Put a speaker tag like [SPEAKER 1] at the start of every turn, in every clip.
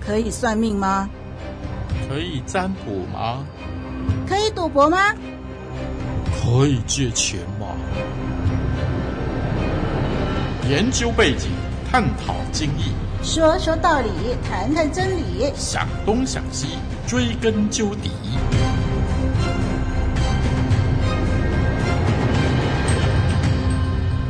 [SPEAKER 1] 可以算命吗？
[SPEAKER 2] 可以占卜吗？
[SPEAKER 1] 可以赌博吗？
[SPEAKER 2] 可以借钱吗？研究背景，探讨经义，
[SPEAKER 1] 说说道理，谈谈真理。
[SPEAKER 2] 想东想西，追根究底。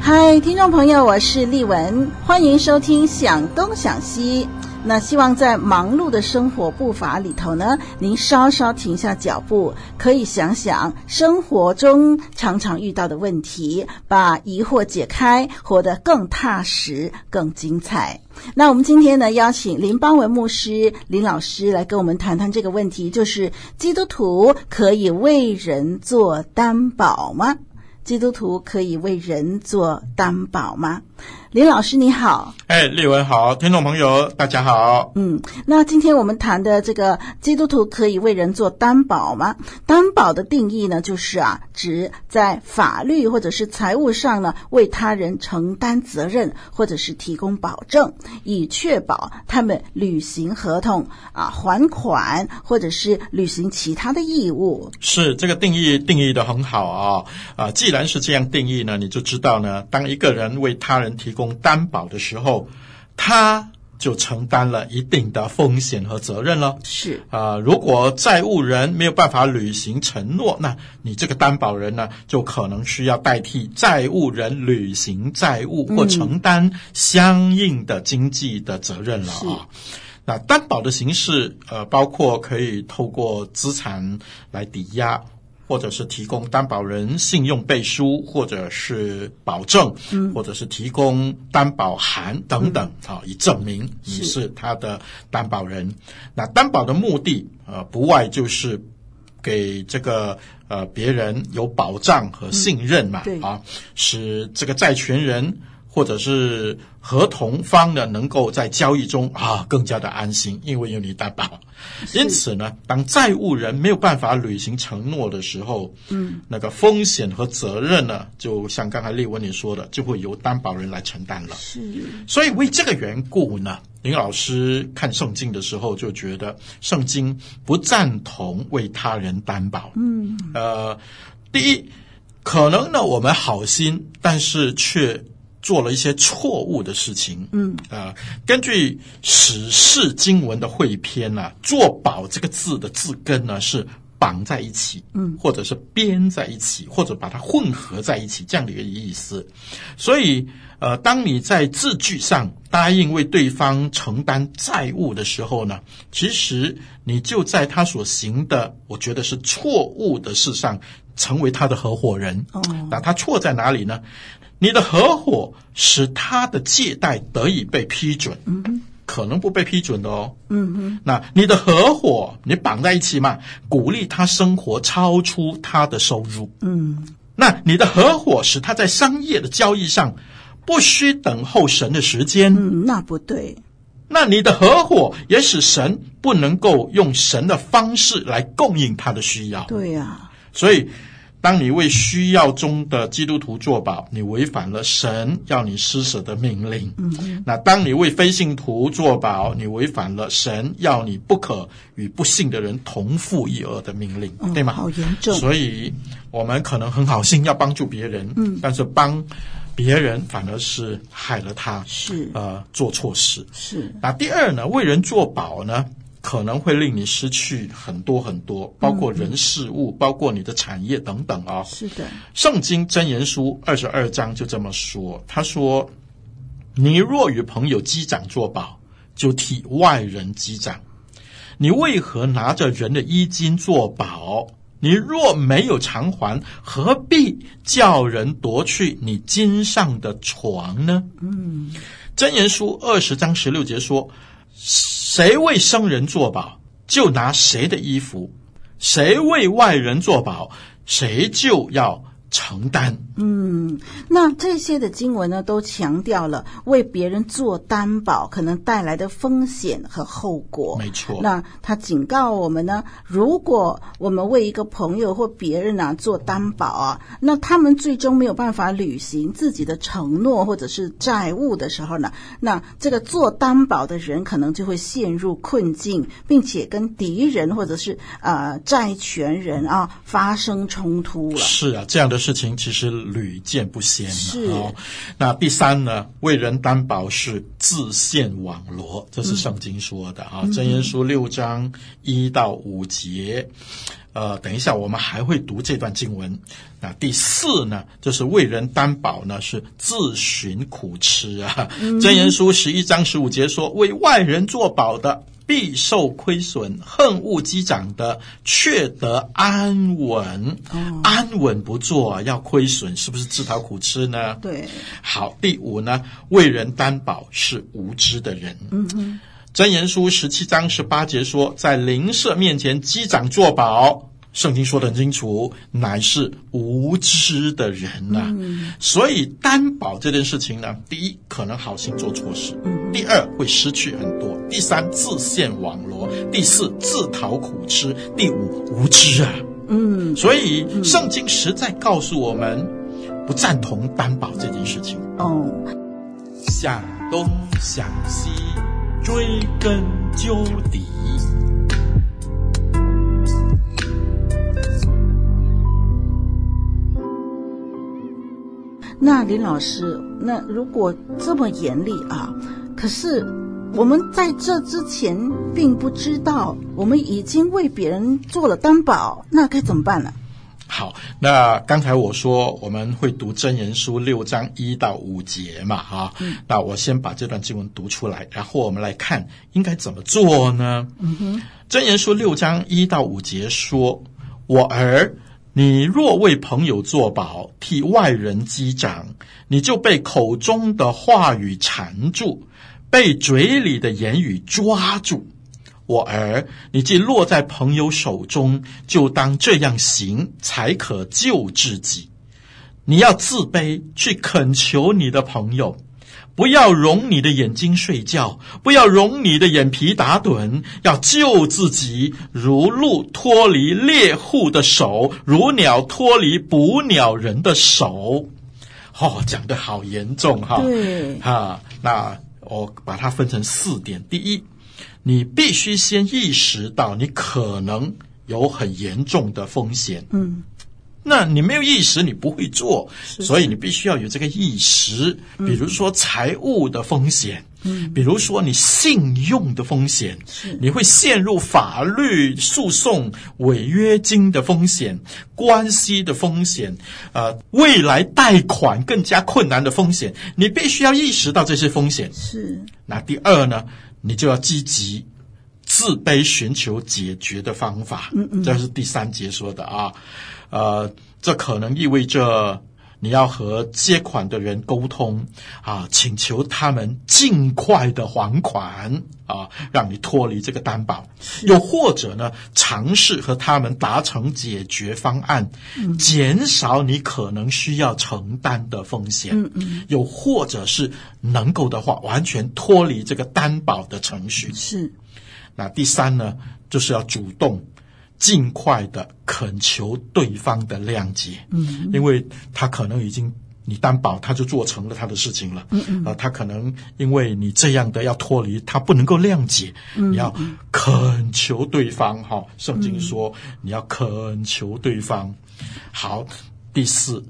[SPEAKER 1] 嗨，听众朋友，我是丽文，欢迎收听《想东想西》。那希望在忙碌的生活步伐里头呢，您稍稍停下脚步，可以想想生活中常常遇到的问题，把疑惑解开，活得更踏实、更精彩。那我们今天呢，邀请林邦文牧师、林老师来跟我们谈谈这个问题，就是基督徒可以为人做担保吗？基督徒可以为人做担保吗？林老师你好，
[SPEAKER 2] 哎，立文好，听众朋友大家好。
[SPEAKER 1] 嗯，那今天我们谈的这个基督徒可以为人做担保吗？担保的定义呢，就是啊，指在法律或者是财务上呢，为他人承担责任，或者是提供保证，以确保他们履行合同啊、还款或者是履行其他的义务。
[SPEAKER 2] 是这个定义定义的很好啊、啊！既然是这样定义呢，你就知道呢，当一个人为他人提供担保的时候，他就承担了一定的风险和责任了。
[SPEAKER 1] 是，
[SPEAKER 2] 啊、如果债务人没有办法履行承诺，那你这个担保人呢，就可能需要代替债务人履行债务或承担相应的经济的责任了啊、那担保的形式，呃，包括可以透过资产来抵押，或者是提供担保人信用背书，或者是保证，或者是提供担保函等等，啊、以证明你是他的担保人。那担保的目的，呃，不外就是给这个呃别人有保障和信任嘛，
[SPEAKER 1] 对
[SPEAKER 2] 啊，使这个债权人或者是合同方呢，能够在交易中啊更加的安心，因为有你担保。因此呢，当债务人没有办法履行承诺的时候，嗯，那个风险和责任呢，就像刚才丽文你说的，就会由担保人来承担了。
[SPEAKER 1] 是，
[SPEAKER 2] 所以为这个缘故呢，林老师看圣经的时候就觉得圣经不赞同为他人担保。嗯，呃，第一，可能呢我们好心，但是却。做了一些错误的事情，嗯，啊、根据史事经文的汇编呢、做保这个字的字根呢是绑在一起，嗯，或者是编在一起，或者把它混合在一起这样的一个意思。所以，呃，当你在字句上答应为对方承担债务的时候呢，其实你就在他所行的，我觉得是错误的事上，成为他的合伙人。
[SPEAKER 1] 哦
[SPEAKER 2] 那他错在哪里呢？你的合伙使他的借贷得以被批准，可能不被批准的哦。
[SPEAKER 1] 嗯哼，
[SPEAKER 2] 那你的合伙你绑在一起嘛，鼓励他生活超出他的收入。
[SPEAKER 1] 嗯，
[SPEAKER 2] 那你的合伙使他在商业的交易上不需等候神的时间，
[SPEAKER 1] 嗯，那不对，
[SPEAKER 2] 那你的合伙也使神不能够用神的方式来供应他的需要。
[SPEAKER 1] 对啊呀、
[SPEAKER 2] 所以，当你为需要中的基督徒作保，你违反了神要你施舍的命令。嗯，那当你为非信徒作保，你违反了神要你不可与不信的人同父异儿的命令，
[SPEAKER 1] 嗯
[SPEAKER 2] 对吗？
[SPEAKER 1] 好严重
[SPEAKER 2] 所以，我们可能很好心要帮助别人，嗯，但是帮别人反而是害了他，
[SPEAKER 1] 是
[SPEAKER 2] 呃，做错事。
[SPEAKER 1] 是，
[SPEAKER 2] 那第二呢，为人做保呢，可能会令你失去很多很多，包
[SPEAKER 1] 嗯
[SPEAKER 2] 括人事物，包括你的产业等等啊、
[SPEAKER 1] 是的，
[SPEAKER 2] 圣经箴言书二十二章就这么说，他说：“你若与朋友击掌作保，就替外人击掌；你为何拿着人的衣襟作保？你若没有偿还，何必叫人夺去你襟上的床呢？”嗯，箴言书二十章十六节说：“谁为生人作保，就拿谁的衣服；谁为外人作保，谁就要承担。
[SPEAKER 1] 嗯，那这些的经文呢，都强调了为别人做担保可能带来的风险和后果。
[SPEAKER 2] 没错
[SPEAKER 1] 那他警告我们呢，如果我们为一个朋友或别人啊做担保啊，那他们最终没有办法履行自己的承诺或者是债务的时候呢，那这个做担保的人可能就会陷入困境，并且跟敌人或者是呃债权人啊发生冲突了。
[SPEAKER 2] 是啊，这样的事情其实屡见不鲜、啊。
[SPEAKER 1] 是
[SPEAKER 2] 哦，那第三呢，为人担保是自陷网罗，这是圣经说的
[SPEAKER 1] 嗯
[SPEAKER 2] 啊，箴言书》六章一到五节。呃，等一下，我们还会读这段经文。那第四呢，就是为人担保呢，是自寻苦吃啊。箴言书十一章十五节说：“为外人作保的，必受亏损；恨恶击掌的，却得安稳。安稳不做啊，要亏损，是不是自讨苦吃呢？
[SPEAKER 1] 对，
[SPEAKER 2] 好，第五呢，为人担保是无知的人。嗯哼，箴言书十七章十八节说，在邻舍面前击掌作保。圣经说得很清楚，乃是无知的人呐、所以担保这件事情呢，第一可能好心做错事，第二会失去很多，第三自陷网罗，第四自讨苦吃，第五无知啊。
[SPEAKER 1] 嗯，
[SPEAKER 2] 所以圣经实在告诉我们，不赞同担保这件事情。
[SPEAKER 1] 哦。
[SPEAKER 2] 想东想西，追根究底。
[SPEAKER 1] 那林老师，那如果这么严厉啊，可是我们在这之前并不知道，我们已经为别人做了担保，那该怎么办呢？
[SPEAKER 2] 好，那刚才我说我们会读真言书六章一到五节嘛，哈、那我先把这段经文读出来，然后我们来看应该怎么做呢？嗯哼，真言书六章一到五节说：“我儿，你若为朋友作保，替外人击掌，你就被口中的话语缠住，被嘴里的言语抓住。”我儿，你既落在朋友手中，就当这样行，才可救自己。你要自卑，去恳求你的朋友，不要容你的眼睛睡觉，不要容你的眼皮打盹，要救自己，如鹿脱离猎户的手，如鸟脱离捕鸟人的手。哦，讲的好严重哈、
[SPEAKER 1] 对
[SPEAKER 2] 哈，那我把它分成四点。第一，你必须先意识到你可能有很严重的风险。
[SPEAKER 1] 嗯，
[SPEAKER 2] 那你没有意识，你不会做，所以你必须要有这个意识。比如说财务的风险，嗯，比如说你信用的风险，你会陷入法律诉讼、违约金的风险、关系的风险，呃，未来贷款更加困难的风险，你必须要意识到这些风险。
[SPEAKER 1] 是，
[SPEAKER 2] 那第二呢，你就要积极自卑，寻求解决的方法。嗯嗯，这是第三节说的啊。呃，这可能意味着你要和借款的人沟通啊，请求他们尽快的还款啊，让你脱离这个担保。又或者呢，尝试和他们达成解决方案，减少你可能需要承担的风险。嗯嗯，又或者是能够的话，完全脱离这个担保的程序。
[SPEAKER 1] 是，
[SPEAKER 2] 那第三呢，就是要主动、尽快的恳求对方的谅解，嗯，因为他可能已经。你担保，他就做成了他的事情了。嗯嗯，啊、他可能因为你这样的要脱离，他不能够谅解。嗯、你嗯要恳求对方，哈、圣经说、你要恳求对方。好，第四，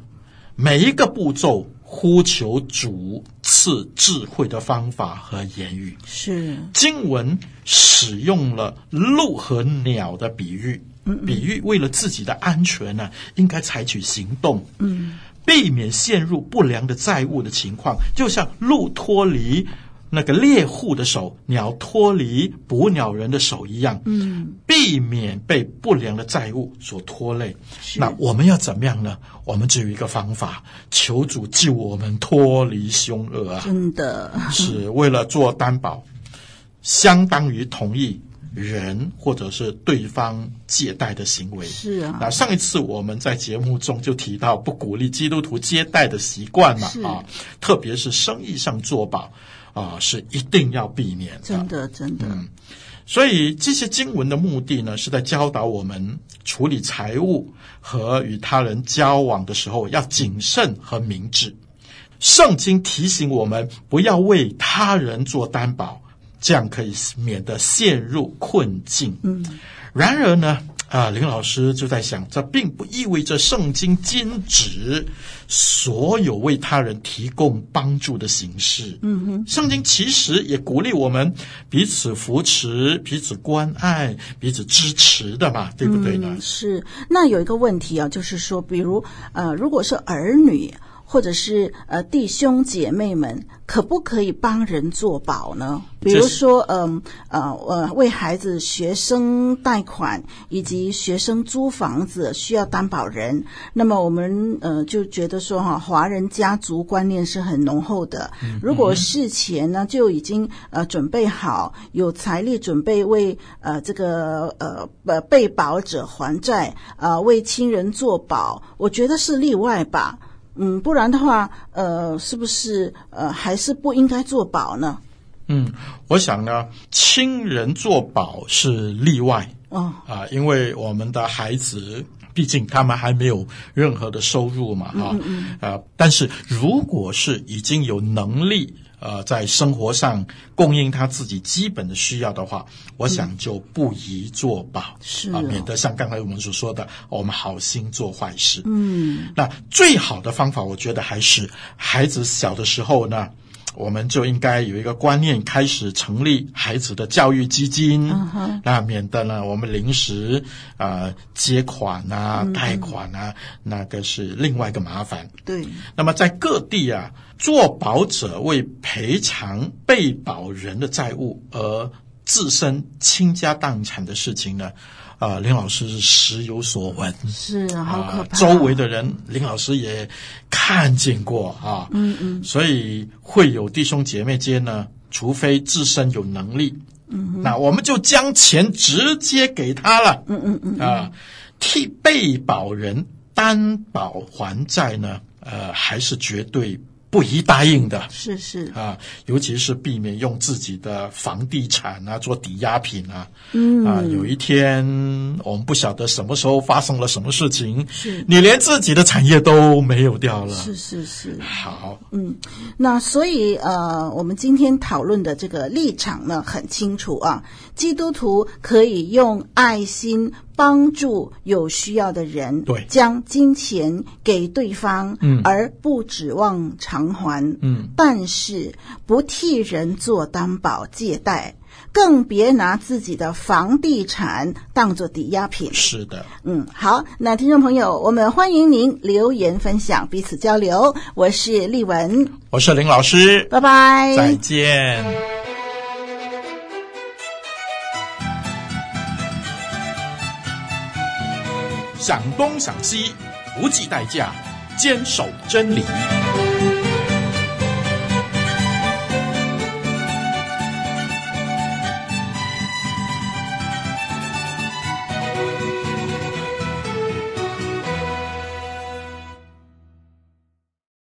[SPEAKER 2] 每一个步骤呼求主赐智慧的方法和言语。
[SPEAKER 1] 是，
[SPEAKER 2] 经文使用了鹿和鸟的比喻，比喻为了自己的安全呢、应该采取行动，嗯，避免陷入不良的债务的情况，就像鹿脱离。那个猎户的手，鸟脱离捕鸟人的手一样，嗯，避免被不良的债务所拖累。那我们要怎么样呢？我们只有一个方法，求主救我们脱离凶恶啊！
[SPEAKER 1] 真的，
[SPEAKER 2] 是为了做担保，相当于同意人或者是对方借贷的行为。
[SPEAKER 1] 是啊，
[SPEAKER 2] 那上一次我们在节目中就提到，不鼓励基督徒接待的习惯嘛
[SPEAKER 1] 是，
[SPEAKER 2] 啊，特别是生意上做保啊，是一定要避免的
[SPEAKER 1] 真。的真的，
[SPEAKER 2] 所以这些经文的目的呢，是在教导我们处理财务和与他人交往的时候要谨慎和明智。圣经提醒我们不要为他人做担保，这样可以免得陷入困境。嗯，然而呢，啊、林老师就在想，这并不意味着圣经禁止所有为他人提供帮助的形式。嗯哼，圣经其实也鼓励我们彼此扶持、彼此关爱、彼此支持的嘛，对不对呢？
[SPEAKER 1] 是。那有一个问题啊，就是说，比如呃，如果是儿女或者是呃弟兄姐妹们，可不可以帮人做保呢？比如
[SPEAKER 2] 这是
[SPEAKER 1] 说，嗯呃呃，为孩子学生贷款以及学生租房子需要担保人，那么我们呃就觉得说哈、华人家族观念是很浓厚的。
[SPEAKER 2] 嗯
[SPEAKER 1] 如果事前呢就已经呃准备好，有财力准备为呃这个呃呃被保者还债，呃为亲人做保，我觉得是例外吧。嗯，不然的话，呃，是不是呃还是不应该做保呢？
[SPEAKER 2] 嗯，我想呢，亲人做保是例外。
[SPEAKER 1] 哦，
[SPEAKER 2] 啊，因为我们的孩子，毕竟他们还没有任何的收入嘛，哈、啊，但是如果是已经有能力，呃，在生活上供应他自己基本的需要的话，我想就不宜做保，
[SPEAKER 1] 是
[SPEAKER 2] 啊，
[SPEAKER 1] 哦
[SPEAKER 2] 免得像刚才我们所说的，我们好心做坏事。
[SPEAKER 1] 嗯。
[SPEAKER 2] 那最好的方法，我觉得还是孩子小的时候呢，我们就应该有一个观念，开始成立孩子的教育基金，
[SPEAKER 1] 嗯
[SPEAKER 2] 那免得呢我们临时啊、呃、接款啊、
[SPEAKER 1] 嗯
[SPEAKER 2] 贷款啊，那个是另外一个麻烦。
[SPEAKER 1] 对，
[SPEAKER 2] 那么在各地啊，做保者为赔偿被保人的债务而自身倾家荡产的事情呢，啊、林老师是时有所闻。
[SPEAKER 1] 是啊，好可
[SPEAKER 2] 啊，
[SPEAKER 1] 怕。
[SPEAKER 2] 周围的人，林老师也看见过啊。嗯嗯，所以会有弟兄姐妹间呢，除非自身有能力，嗯，那我们就将钱直接给他了。嗯嗯嗯啊，替被保人担保还债呢，呃，还是绝对不宜答应的。
[SPEAKER 1] 是是，
[SPEAKER 2] 啊，尤其是避免用自己的房地产啊做抵押品啊。嗯啊，有一天我们不晓得什么时候发生了什么事情，
[SPEAKER 1] 是
[SPEAKER 2] 你连自己的产业都没有掉了。
[SPEAKER 1] 是嗯是是。
[SPEAKER 2] 好，
[SPEAKER 1] 那所以呃，我们今天讨论的这个立场呢，很清楚啊。基督徒可以用爱心帮助有需要的人，
[SPEAKER 2] 对
[SPEAKER 1] 将金钱给对方，嗯，而不指望偿还，嗯，但是不替人做担保借贷，更别拿自己的房地产当做抵押品。
[SPEAKER 2] 是的，
[SPEAKER 1] 嗯，好，那听众朋友，我们欢迎您留言分享，彼此交流。我是丽文，
[SPEAKER 2] 我是林老师，
[SPEAKER 1] 拜拜。
[SPEAKER 2] 再见。想东想西，不计代价，坚守真理。